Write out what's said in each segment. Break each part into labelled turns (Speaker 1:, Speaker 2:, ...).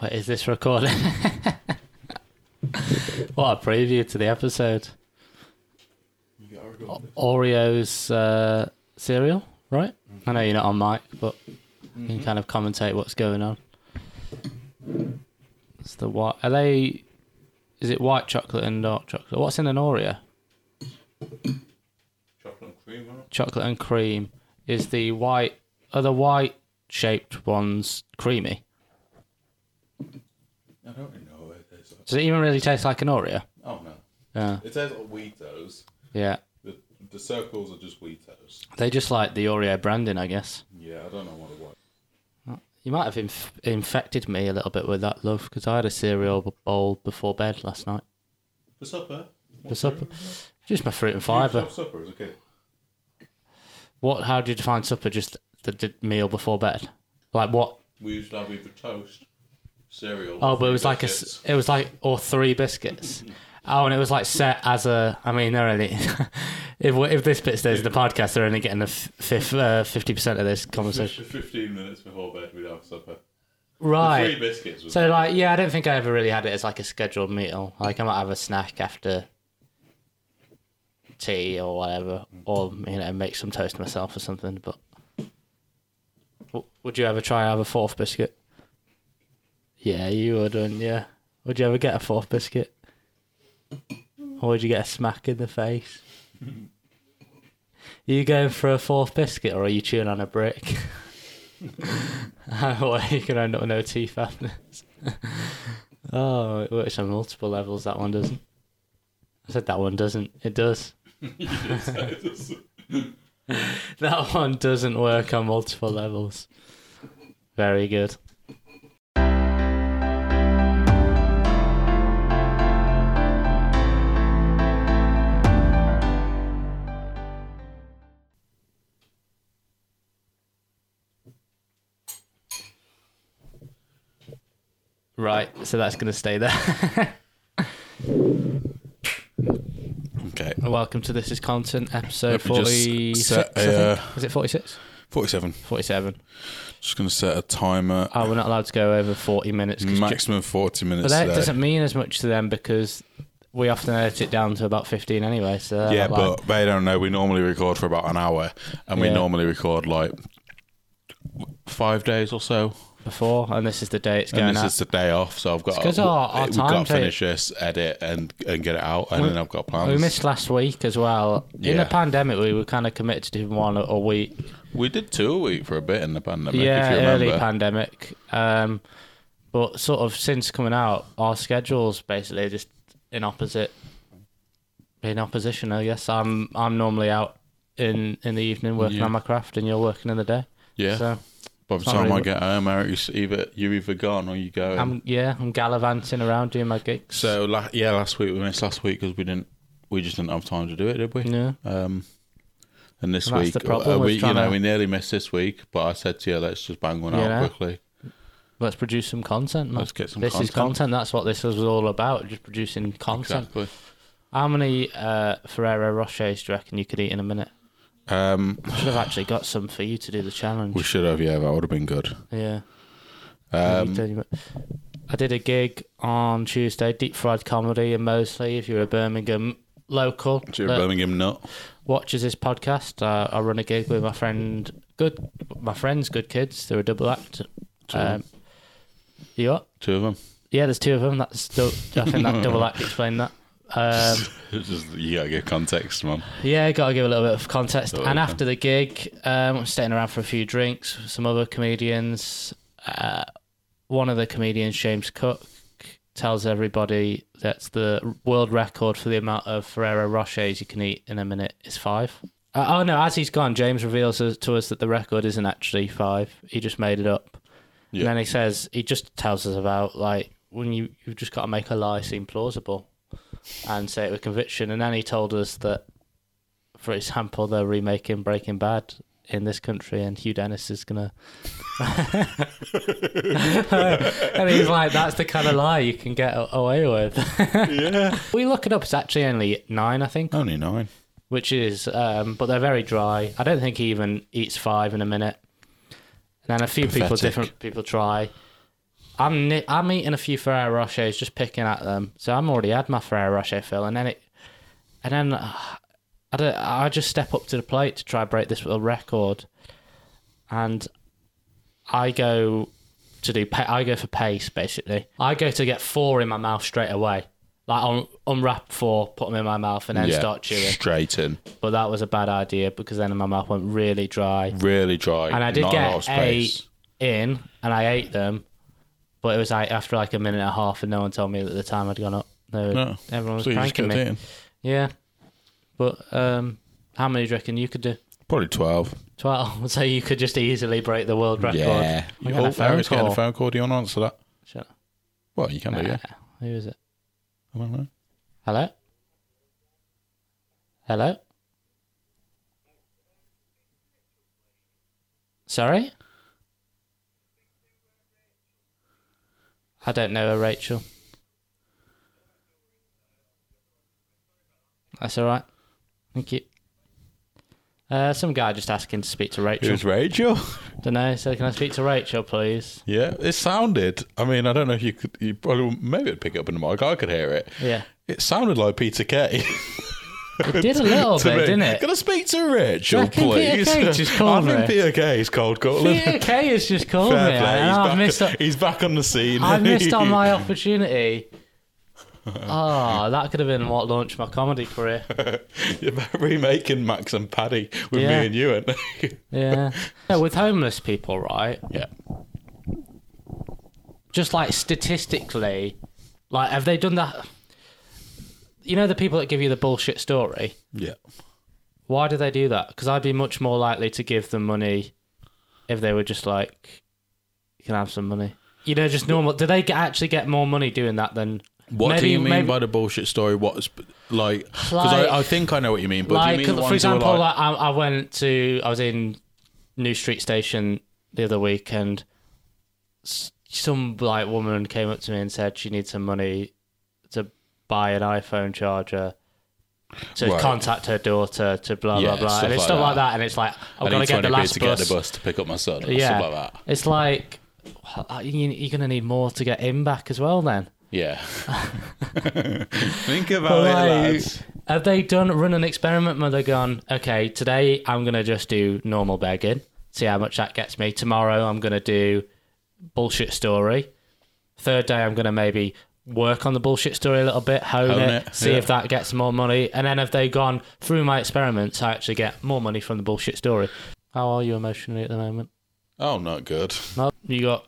Speaker 1: What is this recording? what a preview to the episode. O- Oreo's uh, cereal, right? I know you're not on mic, but you can kind of commentate what's going on. It's the what? Are they? Is it white chocolate and dark chocolate? What's in an Oreo?
Speaker 2: Chocolate and cream, right?
Speaker 1: Chocolate and cream. Is the white? Are the white shaped ones creamy?
Speaker 2: I don't really know what it tastes like.
Speaker 1: Does it even really taste like an Oreo?
Speaker 2: Oh no.
Speaker 1: Yeah.
Speaker 2: It tastes like Wheatos.
Speaker 1: Yeah.
Speaker 2: The, the circles are just Wheatos.
Speaker 1: They just like the Oreo branding, I guess.
Speaker 2: Yeah, I don't know what it was.
Speaker 1: You might have inf- infected me a little bit with that love because I had a cereal bowl before bed last night
Speaker 2: For supper?
Speaker 1: for supper. Just my fruit and
Speaker 2: Fiber.
Speaker 1: fibre.
Speaker 2: supper as a kid.
Speaker 1: What? How do you define supper? Just the d- meal before bed? Like what?
Speaker 2: We used to have either toast, cereal.
Speaker 1: Oh,
Speaker 2: or
Speaker 1: but it was like a.
Speaker 2: biscuits.
Speaker 1: s- It was like or three biscuits. Oh, and it was like set as a. I mean, they're only. if we- if this bit stays in the podcast, they're only getting the uh, fifty percent of this conversation.
Speaker 2: Fifteen minutes before bed, we'd have supper.
Speaker 1: Right.
Speaker 2: Three biscuits. Was
Speaker 1: So like, yeah, I don't think I ever really had it as like a scheduled meal. Like I might have a snack after tea or whatever, or you know, make some toast myself or something. But W- would you ever try and have a fourth biscuit? Yeah, you would, wouldn't you? Would you ever get a fourth biscuit? Or would you get a smack in the face? you going for a fourth biscuit or are you chewing on a brick? or you can end up with no teeth after this. oh, it works on multiple levels, that one doesn't. I said that one doesn't. It does. That one doesn't work on multiple levels. Very good. Right, so that's going to stay there.
Speaker 2: okay.
Speaker 1: Welcome to This Is Content, episode
Speaker 2: Let me just
Speaker 1: 46.
Speaker 2: set
Speaker 1: I
Speaker 2: a, uh,
Speaker 1: think. Is it 46?
Speaker 2: Forty-seven.
Speaker 1: 47.
Speaker 2: Just gonna set a timer.
Speaker 1: Oh, we're not allowed to go over 40 minutes. 'cause ju-
Speaker 2: Maximum forty
Speaker 1: but
Speaker 2: minutes.
Speaker 1: that
Speaker 2: today.
Speaker 1: doesn't mean as much to them because we often edit it down to about 15 anyway. So they're
Speaker 2: Yeah,
Speaker 1: not like-
Speaker 2: but they don't know. We normally record for about an hour, and we
Speaker 1: Yeah.
Speaker 2: normally record like five days or so.
Speaker 1: before, and this is the day it's
Speaker 2: And
Speaker 1: going
Speaker 2: this
Speaker 1: out.
Speaker 2: is the day off, so I've got
Speaker 1: 'cause our- our
Speaker 2: we've
Speaker 1: time
Speaker 2: got to
Speaker 1: take-
Speaker 2: finish this, edit, and and get it out, and then I've got plans.
Speaker 1: we missed last week as well. In
Speaker 2: Yeah.
Speaker 1: the pandemic, we were kind of committed to doing one a week.
Speaker 2: We did two a week for a bit in the pandemic. if you
Speaker 1: yeah,
Speaker 2: remember.
Speaker 1: early pandemic. Um, but sort of since coming out, our schedules basically are just in opposite, in opposition. I guess I'm I'm normally out in in the evening working
Speaker 2: Yeah.
Speaker 1: on my craft, and you're working in the day.
Speaker 2: yeah.
Speaker 1: So
Speaker 2: By the
Speaker 1: not
Speaker 2: time I
Speaker 1: really-
Speaker 2: get home, Eric's either you're either gone or you go.
Speaker 1: I'm yeah, I'm gallivanting around doing my gigs.
Speaker 2: so la- yeah, last week we missed last week because we didn't. We just didn't have time to do it, did we?
Speaker 1: yeah,
Speaker 2: Um, and this
Speaker 1: And that's
Speaker 2: week,
Speaker 1: the problem
Speaker 2: uh,
Speaker 1: with
Speaker 2: we, you
Speaker 1: trying
Speaker 2: know,
Speaker 1: to-
Speaker 2: we nearly missed this week, but I said to you, let's just bang one
Speaker 1: You
Speaker 2: out
Speaker 1: know?
Speaker 2: quickly.
Speaker 1: let's produce some content. Man.
Speaker 2: Let's get some
Speaker 1: This is
Speaker 2: content.
Speaker 1: content. That's what this was all about. Just producing content.
Speaker 2: Exactly.
Speaker 1: How many uh, Ferrero Rochers do you reckon you could eat in a minute?
Speaker 2: Um,
Speaker 1: I should have actually got some for you to do the challenge.
Speaker 2: we should have, yeah, that would have been good.
Speaker 1: Yeah.
Speaker 2: Um,
Speaker 1: Tell you what. I did a gig on Tuesday, deep fried comedy in Mosley. If you're a Birmingham local
Speaker 2: so you're a
Speaker 1: that
Speaker 2: Birmingham nut.
Speaker 1: watches this podcast, uh, I run a gig with my friend, good, my friends, good kids. They're a double act. Um, you up?
Speaker 2: Two of them.
Speaker 1: Yeah, there's two of them. That's dou- I think that double act explained that. Um,
Speaker 2: It's just, you gotta get context, man.
Speaker 1: Yeah, got to give a little bit of context.
Speaker 2: Oh, okay.
Speaker 1: and after the gig, um, I'm staying around for a few drinks with some other comedians. Uh, one of the comedians, James Cook, tells everybody that's the world record for the amount of Ferrero Rochers you can eat in a minute is five. Uh, oh no! As he's gone, James reveals us- to us that the record isn't actually five. He just made it up.
Speaker 2: Yeah.
Speaker 1: And then he says he just tells us about like when you you've just got to make a lie seem plausible, and say it with conviction. And then he told us that, for example, they're remaking Breaking Bad in this country, and Hugh Dennis is gonna. and he's like, "That's the kind of lie you can get a- away with."
Speaker 2: Yeah.
Speaker 1: we look it up; it's actually only nine, I think,
Speaker 2: Only nine.
Speaker 1: which is, um, but they're very dry. I don't think he even eats five in a minute. Then a few people,
Speaker 2: Pathetic.
Speaker 1: different people try. I'm ni- I'm eating a few Ferrero Rochers, just picking at them. So I'm already had my Ferrero Rocher fill, and then it, and then uh, I don't, I just step up to the plate to try and break this little record, and I go to do pa- I go for pace basically. I go to get four in my mouth straight away, like un- unwrap four, put them in my mouth, and then
Speaker 2: yeah,
Speaker 1: start chewing.
Speaker 2: straight in,
Speaker 1: But that was a bad idea because then my mouth went really dry.
Speaker 2: really dry,
Speaker 1: And I did
Speaker 2: not a lot of
Speaker 1: get
Speaker 2: space.
Speaker 1: eight in, and I ate them, but it was like after like a minute and a half, and no one told me that the time had gone up. No,
Speaker 2: No.
Speaker 1: everyone was
Speaker 2: so you just
Speaker 1: pranking
Speaker 2: kept
Speaker 1: me.
Speaker 2: eating.
Speaker 1: Yeah, but um, how many do you reckon you could do?
Speaker 2: Probably twelve.
Speaker 1: Twelve. So you could just easily break the world record.
Speaker 2: Yeah.
Speaker 1: I
Speaker 2: You
Speaker 1: got a
Speaker 2: oh,
Speaker 1: phone
Speaker 2: Eric's getting
Speaker 1: call.
Speaker 2: a phone call. Do you want to answer that?
Speaker 1: Shut up.
Speaker 2: Well, you can do, yeah.
Speaker 1: Who is it?
Speaker 2: I don't know.
Speaker 1: Hello. Hello. Sorry. I don't know her, Rachel. That's all right. Thank you. Uh, some guy just asking to speak to Rachel.
Speaker 2: Who's Rachel?
Speaker 1: Don't know. So can I speak to Rachel, please?
Speaker 2: yeah, it sounded. I mean, I don't know if you could. You probably maybe it'd pick up in the mic. I could hear it.
Speaker 1: Yeah.
Speaker 2: It sounded like Peter Kay.
Speaker 1: It did a little
Speaker 2: to
Speaker 1: bit,
Speaker 2: me.
Speaker 1: didn't it?
Speaker 2: Can I speak to Rachel,
Speaker 1: Reckon Peter
Speaker 2: please?
Speaker 1: Kay just called
Speaker 2: I
Speaker 1: me.
Speaker 2: think Peter K is cold calling.
Speaker 1: Peter Kay has just called
Speaker 2: Fair
Speaker 1: me.
Speaker 2: play.
Speaker 1: I
Speaker 2: He's,
Speaker 1: know,
Speaker 2: back,
Speaker 1: I've missed up.
Speaker 2: he's back on the scene.
Speaker 1: I missed on my opportunity. Oh, that could have been what launched my comedy career.
Speaker 2: You're remaking Max and Paddy with
Speaker 1: Yeah.
Speaker 2: me and you. And
Speaker 1: Yeah. yeah. With homeless people, right?
Speaker 2: yeah,
Speaker 1: Just like statistically, like, have they done that? You know, the people that give you the bullshit story,
Speaker 2: yeah.
Speaker 1: why do they do that? Because I'd be much more likely to give them money if they were just like, you can have some money. You know, just normal. Do they get, actually get more money doing that than.
Speaker 2: What do
Speaker 1: Maybe-
Speaker 2: you mean
Speaker 1: maybe-
Speaker 2: by the bullshit story? What's like? Because
Speaker 1: Like-
Speaker 2: I, I think I know what you mean. But
Speaker 1: like
Speaker 2: do you mean the
Speaker 1: for
Speaker 2: ones who are
Speaker 1: example,
Speaker 2: like-
Speaker 1: like, I, I went to I was in New Street Station the other week, and s- some like woman came up to me and said she needs some money to buy an iPhone charger. To
Speaker 2: Right.
Speaker 1: contact her daughter to blah
Speaker 2: Yeah,
Speaker 1: blah blah,
Speaker 2: stuff
Speaker 1: and it's
Speaker 2: like
Speaker 1: stuff like
Speaker 2: that.
Speaker 1: that, and it's like
Speaker 2: I
Speaker 1: I've got to
Speaker 2: need
Speaker 1: get the
Speaker 2: 20p
Speaker 1: last
Speaker 2: to
Speaker 1: bus.
Speaker 2: get the bus to pick up my son. or
Speaker 1: yeah,
Speaker 2: stuff like that.
Speaker 1: it's like well, you, you're gonna need more to get him back as well. Then
Speaker 2: Yeah. think about
Speaker 1: But,
Speaker 2: it,
Speaker 1: like,
Speaker 2: lads.
Speaker 1: Have they done run an experiment where they've gone, okay, today I'm gonna just do normal begging, see how much that gets me. Tomorrow I'm gonna do bullshit story. Third day I'm gonna maybe work on the bullshit story a little bit, hone,
Speaker 2: Hone
Speaker 1: it,
Speaker 2: it,
Speaker 1: see
Speaker 2: yeah.
Speaker 1: if that gets more money. And then have they gone through my experiments, I actually get more money from the bullshit story. How are you emotionally at the moment?
Speaker 2: Oh, not good.
Speaker 1: No, you got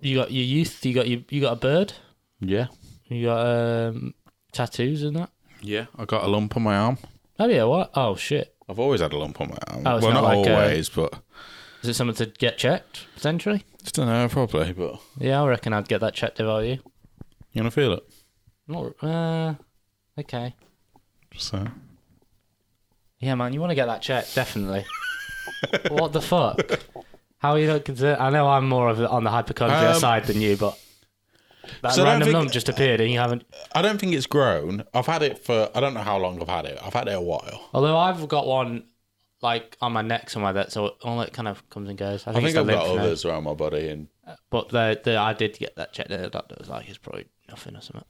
Speaker 1: you got your youth, you got your, you got a bird,
Speaker 2: Yeah.
Speaker 1: you got um, tattoos and that.
Speaker 2: Yeah. I got a lump on my arm.
Speaker 1: Oh yeah, what? Oh shit.
Speaker 2: I've always had a lump on my arm.
Speaker 1: Oh, it's
Speaker 2: well,
Speaker 1: not
Speaker 2: not,
Speaker 1: like a-
Speaker 2: always, but
Speaker 1: Is it something to get checked potentially?
Speaker 2: just don't know, probably. But
Speaker 1: Yeah, I reckon I'd get that checked if I were you.
Speaker 2: you want to feel it?
Speaker 1: Not, uh, okay.
Speaker 2: Just saying.
Speaker 1: Yeah, man, you want to get that checked, definitely. what the fuck? How are you not consider? I know I'm more of the- on the hypochondria
Speaker 2: Um,
Speaker 1: side than you, but that
Speaker 2: so I don't
Speaker 1: random
Speaker 2: think-
Speaker 1: lump just appeared, and you haven't.
Speaker 2: I don't think it's grown. I've had it for I don't know how long I've had it. I've had it a while.
Speaker 1: Although I've got one like on my neck somewhere that's all, all it kind of comes and goes. I
Speaker 2: I
Speaker 1: think,
Speaker 2: think
Speaker 1: it's the
Speaker 2: I've got
Speaker 1: lymph node.
Speaker 2: others around my body, and
Speaker 1: But the, the I did get that checked, and the doctor was like, "It's probably nothing or something."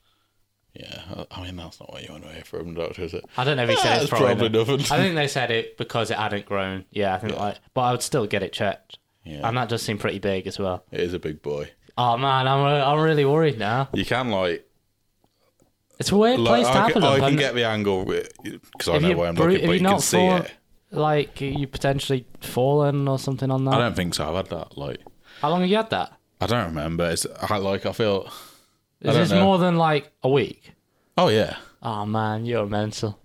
Speaker 2: yeah, I- I mean that's not what you want to hear from the doctor, is it?
Speaker 1: I don't know if he
Speaker 2: Ah,
Speaker 1: said it's
Speaker 2: it's
Speaker 1: probably,
Speaker 2: probably
Speaker 1: nothing.
Speaker 2: nothing.
Speaker 1: I think they said it because it hadn't grown. Yeah, I think like, but I would still get it checked.
Speaker 2: Yeah.
Speaker 1: And that does seem pretty big as well.
Speaker 2: It is a big boy.
Speaker 1: Oh man, I'm I'm really worried now.
Speaker 2: You can like,
Speaker 1: It's a weird
Speaker 2: like
Speaker 1: place to
Speaker 2: I,
Speaker 1: have a
Speaker 2: can, I
Speaker 1: lump.
Speaker 2: can
Speaker 1: and
Speaker 2: get the angle because I
Speaker 1: if
Speaker 2: know
Speaker 1: you
Speaker 2: where I'm
Speaker 1: bru-
Speaker 2: looking,
Speaker 1: if
Speaker 2: but you
Speaker 1: you
Speaker 2: can
Speaker 1: not
Speaker 2: see
Speaker 1: fall-
Speaker 2: it.
Speaker 1: Like you potentially fallen or something on
Speaker 2: I
Speaker 1: that.
Speaker 2: don't think so. I've had that like
Speaker 1: How long have you had that?
Speaker 2: I don't remember. It's I like I feel. don't
Speaker 1: Is this
Speaker 2: know.
Speaker 1: more than like a week?
Speaker 2: Oh yeah,
Speaker 1: Oh man, you're a mental.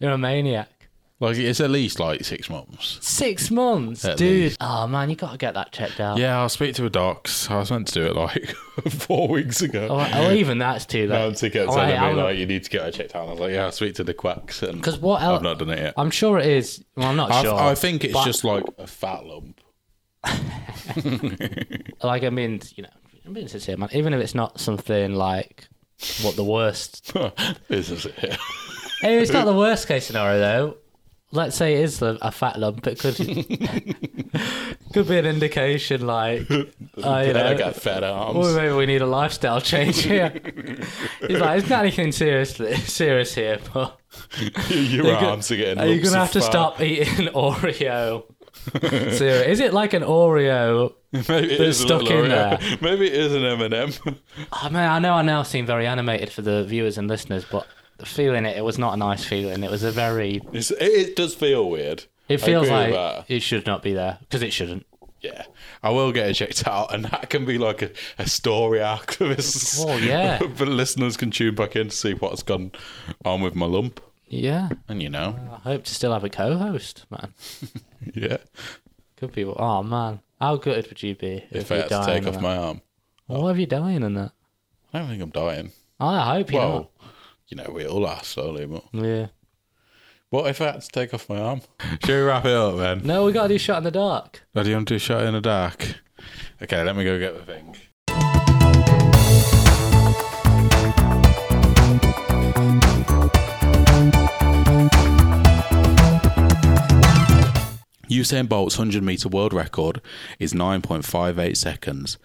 Speaker 1: You're a maniac.
Speaker 2: like it's at least like six months.
Speaker 1: Six months,
Speaker 2: At
Speaker 1: dude.
Speaker 2: least.
Speaker 1: Oh man, you gotta get that checked out.
Speaker 2: Yeah, I'll speak to a docs. I was meant to do it like four weeks ago.
Speaker 1: Or, or even that's too late.
Speaker 2: Nancy kept
Speaker 1: Oh,
Speaker 2: telling
Speaker 1: hey,
Speaker 2: me
Speaker 1: I'm-
Speaker 2: like you need to get her checked out. I was like, yeah, I'll speak to the quacks, and
Speaker 1: Because what else?
Speaker 2: I've not done it yet.
Speaker 1: I'm sure it is. Well, I'm not
Speaker 2: I,
Speaker 1: sure.
Speaker 2: I think it's
Speaker 1: but-
Speaker 2: just like a fat lump.
Speaker 1: like I mean, you know, I'm being sincere, man. Even if it's not something like what the worst,
Speaker 2: this is it.
Speaker 1: if it's not the worst case scenario though. Let's say it is the- a fat lump. It could Could be an indication, like, uh, you
Speaker 2: I
Speaker 1: know,
Speaker 2: got fat arms.
Speaker 1: well, maybe we need a lifestyle change here. He's like, it's not anything seriously serious here, but
Speaker 2: Your
Speaker 1: You're go-
Speaker 2: arms are getting.
Speaker 1: are you
Speaker 2: lumps
Speaker 1: gonna
Speaker 2: of
Speaker 1: have to
Speaker 2: fat.
Speaker 1: stop eating Oreo? cereal? Is it like an Oreo?
Speaker 2: Maybe it is a
Speaker 1: stuck
Speaker 2: little
Speaker 1: in
Speaker 2: Oreo. Maybe it is an M and m
Speaker 1: I mean, I know I now seem very animated for the viewers and listeners, but feeling it, it was not a nice feeling. It was a very.
Speaker 2: It it does feel weird.
Speaker 1: It
Speaker 2: I
Speaker 1: feels
Speaker 2: agree
Speaker 1: like
Speaker 2: with that.
Speaker 1: it should not be there because it shouldn't.
Speaker 2: Yeah, I will get it checked out, and that can be like a, a story arc for this.
Speaker 1: Oh, yeah.
Speaker 2: but listeners can tune back in to see what's gone on with my lump,
Speaker 1: Yeah,
Speaker 2: and you know,
Speaker 1: I hope to still have a co-host, man.
Speaker 2: yeah,
Speaker 1: Could be. Oh man, how good would you be if,
Speaker 2: if I
Speaker 1: you
Speaker 2: had to
Speaker 1: died?
Speaker 2: take off my arm,
Speaker 1: What have you dying in that?
Speaker 2: I don't think I'm dying.
Speaker 1: I hope you
Speaker 2: Well, you know, we all are slowly, but
Speaker 1: not. Yeah.
Speaker 2: what if I had to take off my arm? Should we wrap it up then?
Speaker 1: No, we gotta do shot in the dark.
Speaker 2: Now, Do you want to do shot in the dark? Okay, let me go get the thing. Usain Bolt's 100 meter world record is 9.58 seconds.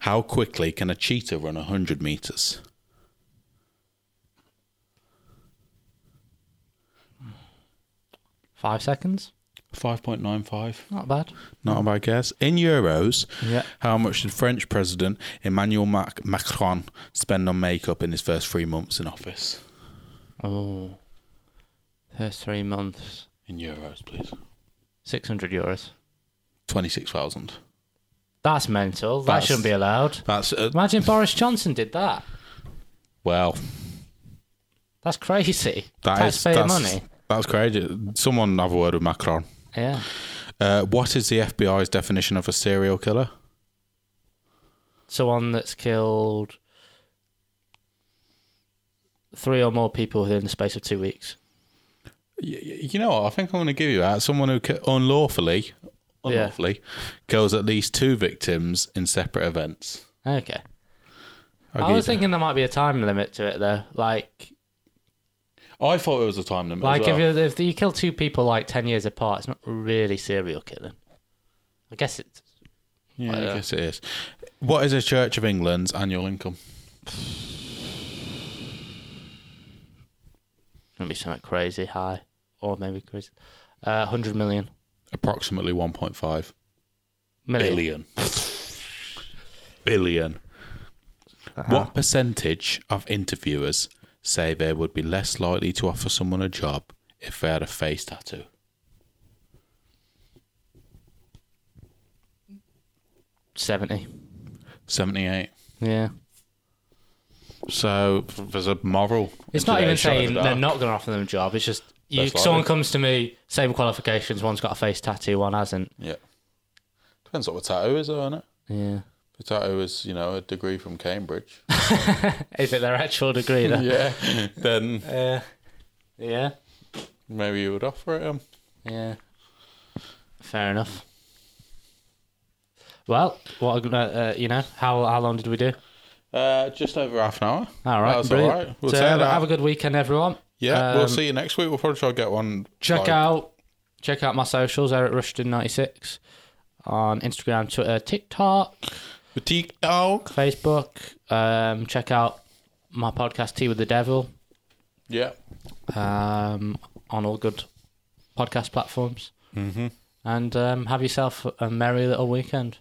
Speaker 2: How quickly can a cheetah run 100 meters?
Speaker 1: Five seconds.
Speaker 2: 5.95.
Speaker 1: Not bad.
Speaker 2: Not a bad guess. In euros,
Speaker 1: Yeah.
Speaker 2: how much did French President Emmanuel Mac- Macron spend on makeup in his first three months in office?
Speaker 1: Oh. First three months.
Speaker 2: In euros, please.
Speaker 1: Six hundred euros.
Speaker 2: 26,000.
Speaker 1: That's mental. That
Speaker 2: That's-
Speaker 1: shouldn't be allowed.
Speaker 2: That's, uh,
Speaker 1: Imagine Boris Johnson did that.
Speaker 2: well,
Speaker 1: That's crazy.
Speaker 2: that is
Speaker 1: Taxpayer
Speaker 2: that's,
Speaker 1: money.
Speaker 2: That's crazy. Someone have a word with Macron.
Speaker 1: Yeah.
Speaker 2: Uh, what is the FBI's definition of a serial killer?
Speaker 1: Someone that's killed three or more people within the space of two weeks.
Speaker 2: Y- y- you know what? I think I'm going to give you that. Someone who ki- unlawfully, unlawfully kills at least two victims in separate events.
Speaker 1: Okay.
Speaker 2: I'll
Speaker 1: I
Speaker 2: give
Speaker 1: was
Speaker 2: you that.
Speaker 1: thinking there might be a time limit to it though. Like
Speaker 2: I thought it was a time limit.
Speaker 1: like
Speaker 2: as well.
Speaker 1: if you if you kill two people like ten years apart, it's not really serial killing. I guess it's
Speaker 2: Yeah,
Speaker 1: Like
Speaker 2: I
Speaker 1: that.
Speaker 2: guess it is. What is the Church of England's annual income?
Speaker 1: gonna be something crazy high. Or maybe crazy uh hundred million.
Speaker 2: Approximately 1.5
Speaker 1: Million.
Speaker 2: billion. billion. What percentage of interviewers say they would be less likely to offer someone a job if they had a face tattoo?
Speaker 1: Seventy.
Speaker 2: 78.
Speaker 1: Yeah.
Speaker 2: So there's a moral.
Speaker 1: It's
Speaker 2: in
Speaker 1: not even
Speaker 2: today's shot in
Speaker 1: saying
Speaker 2: the
Speaker 1: they're
Speaker 2: dark.
Speaker 1: not going to offer them a job. It's just you,
Speaker 2: That's likely.
Speaker 1: someone comes to me, same qualifications. One's got a face tattoo, one hasn't.
Speaker 2: Yeah. Depends what the tattoo is, though, innit?
Speaker 1: Yeah.
Speaker 2: The tattoo is, you know, a degree from Cambridge.
Speaker 1: Is it their actual degree? Though?
Speaker 2: yeah. Then
Speaker 1: yeah. Yeah.
Speaker 2: maybe you would offer it um, him.
Speaker 1: Yeah. Fair enough. Well, what a good- uh, uh, you know? How how long did we do?
Speaker 2: Uh, just over half an hour.
Speaker 1: All right,
Speaker 2: That was
Speaker 1: brilliant.
Speaker 2: all right. We'll
Speaker 1: so
Speaker 2: say
Speaker 1: have, a-
Speaker 2: that.
Speaker 1: have a good weekend, everyone.
Speaker 2: Yeah, we'll
Speaker 1: Um,
Speaker 2: see you next week. We'll probably try to get one.
Speaker 1: Check
Speaker 2: like-
Speaker 1: out check out my socials, Eric Rushton ninety six, on Instagram, Twitter, TikTok.
Speaker 2: Boutique Dog.
Speaker 1: Facebook. Um, check out my podcast, Tea with the Devil,
Speaker 2: Yeah.
Speaker 1: um, on all good podcast platforms. Mm-hmm. And um, have yourself a merry little weekend.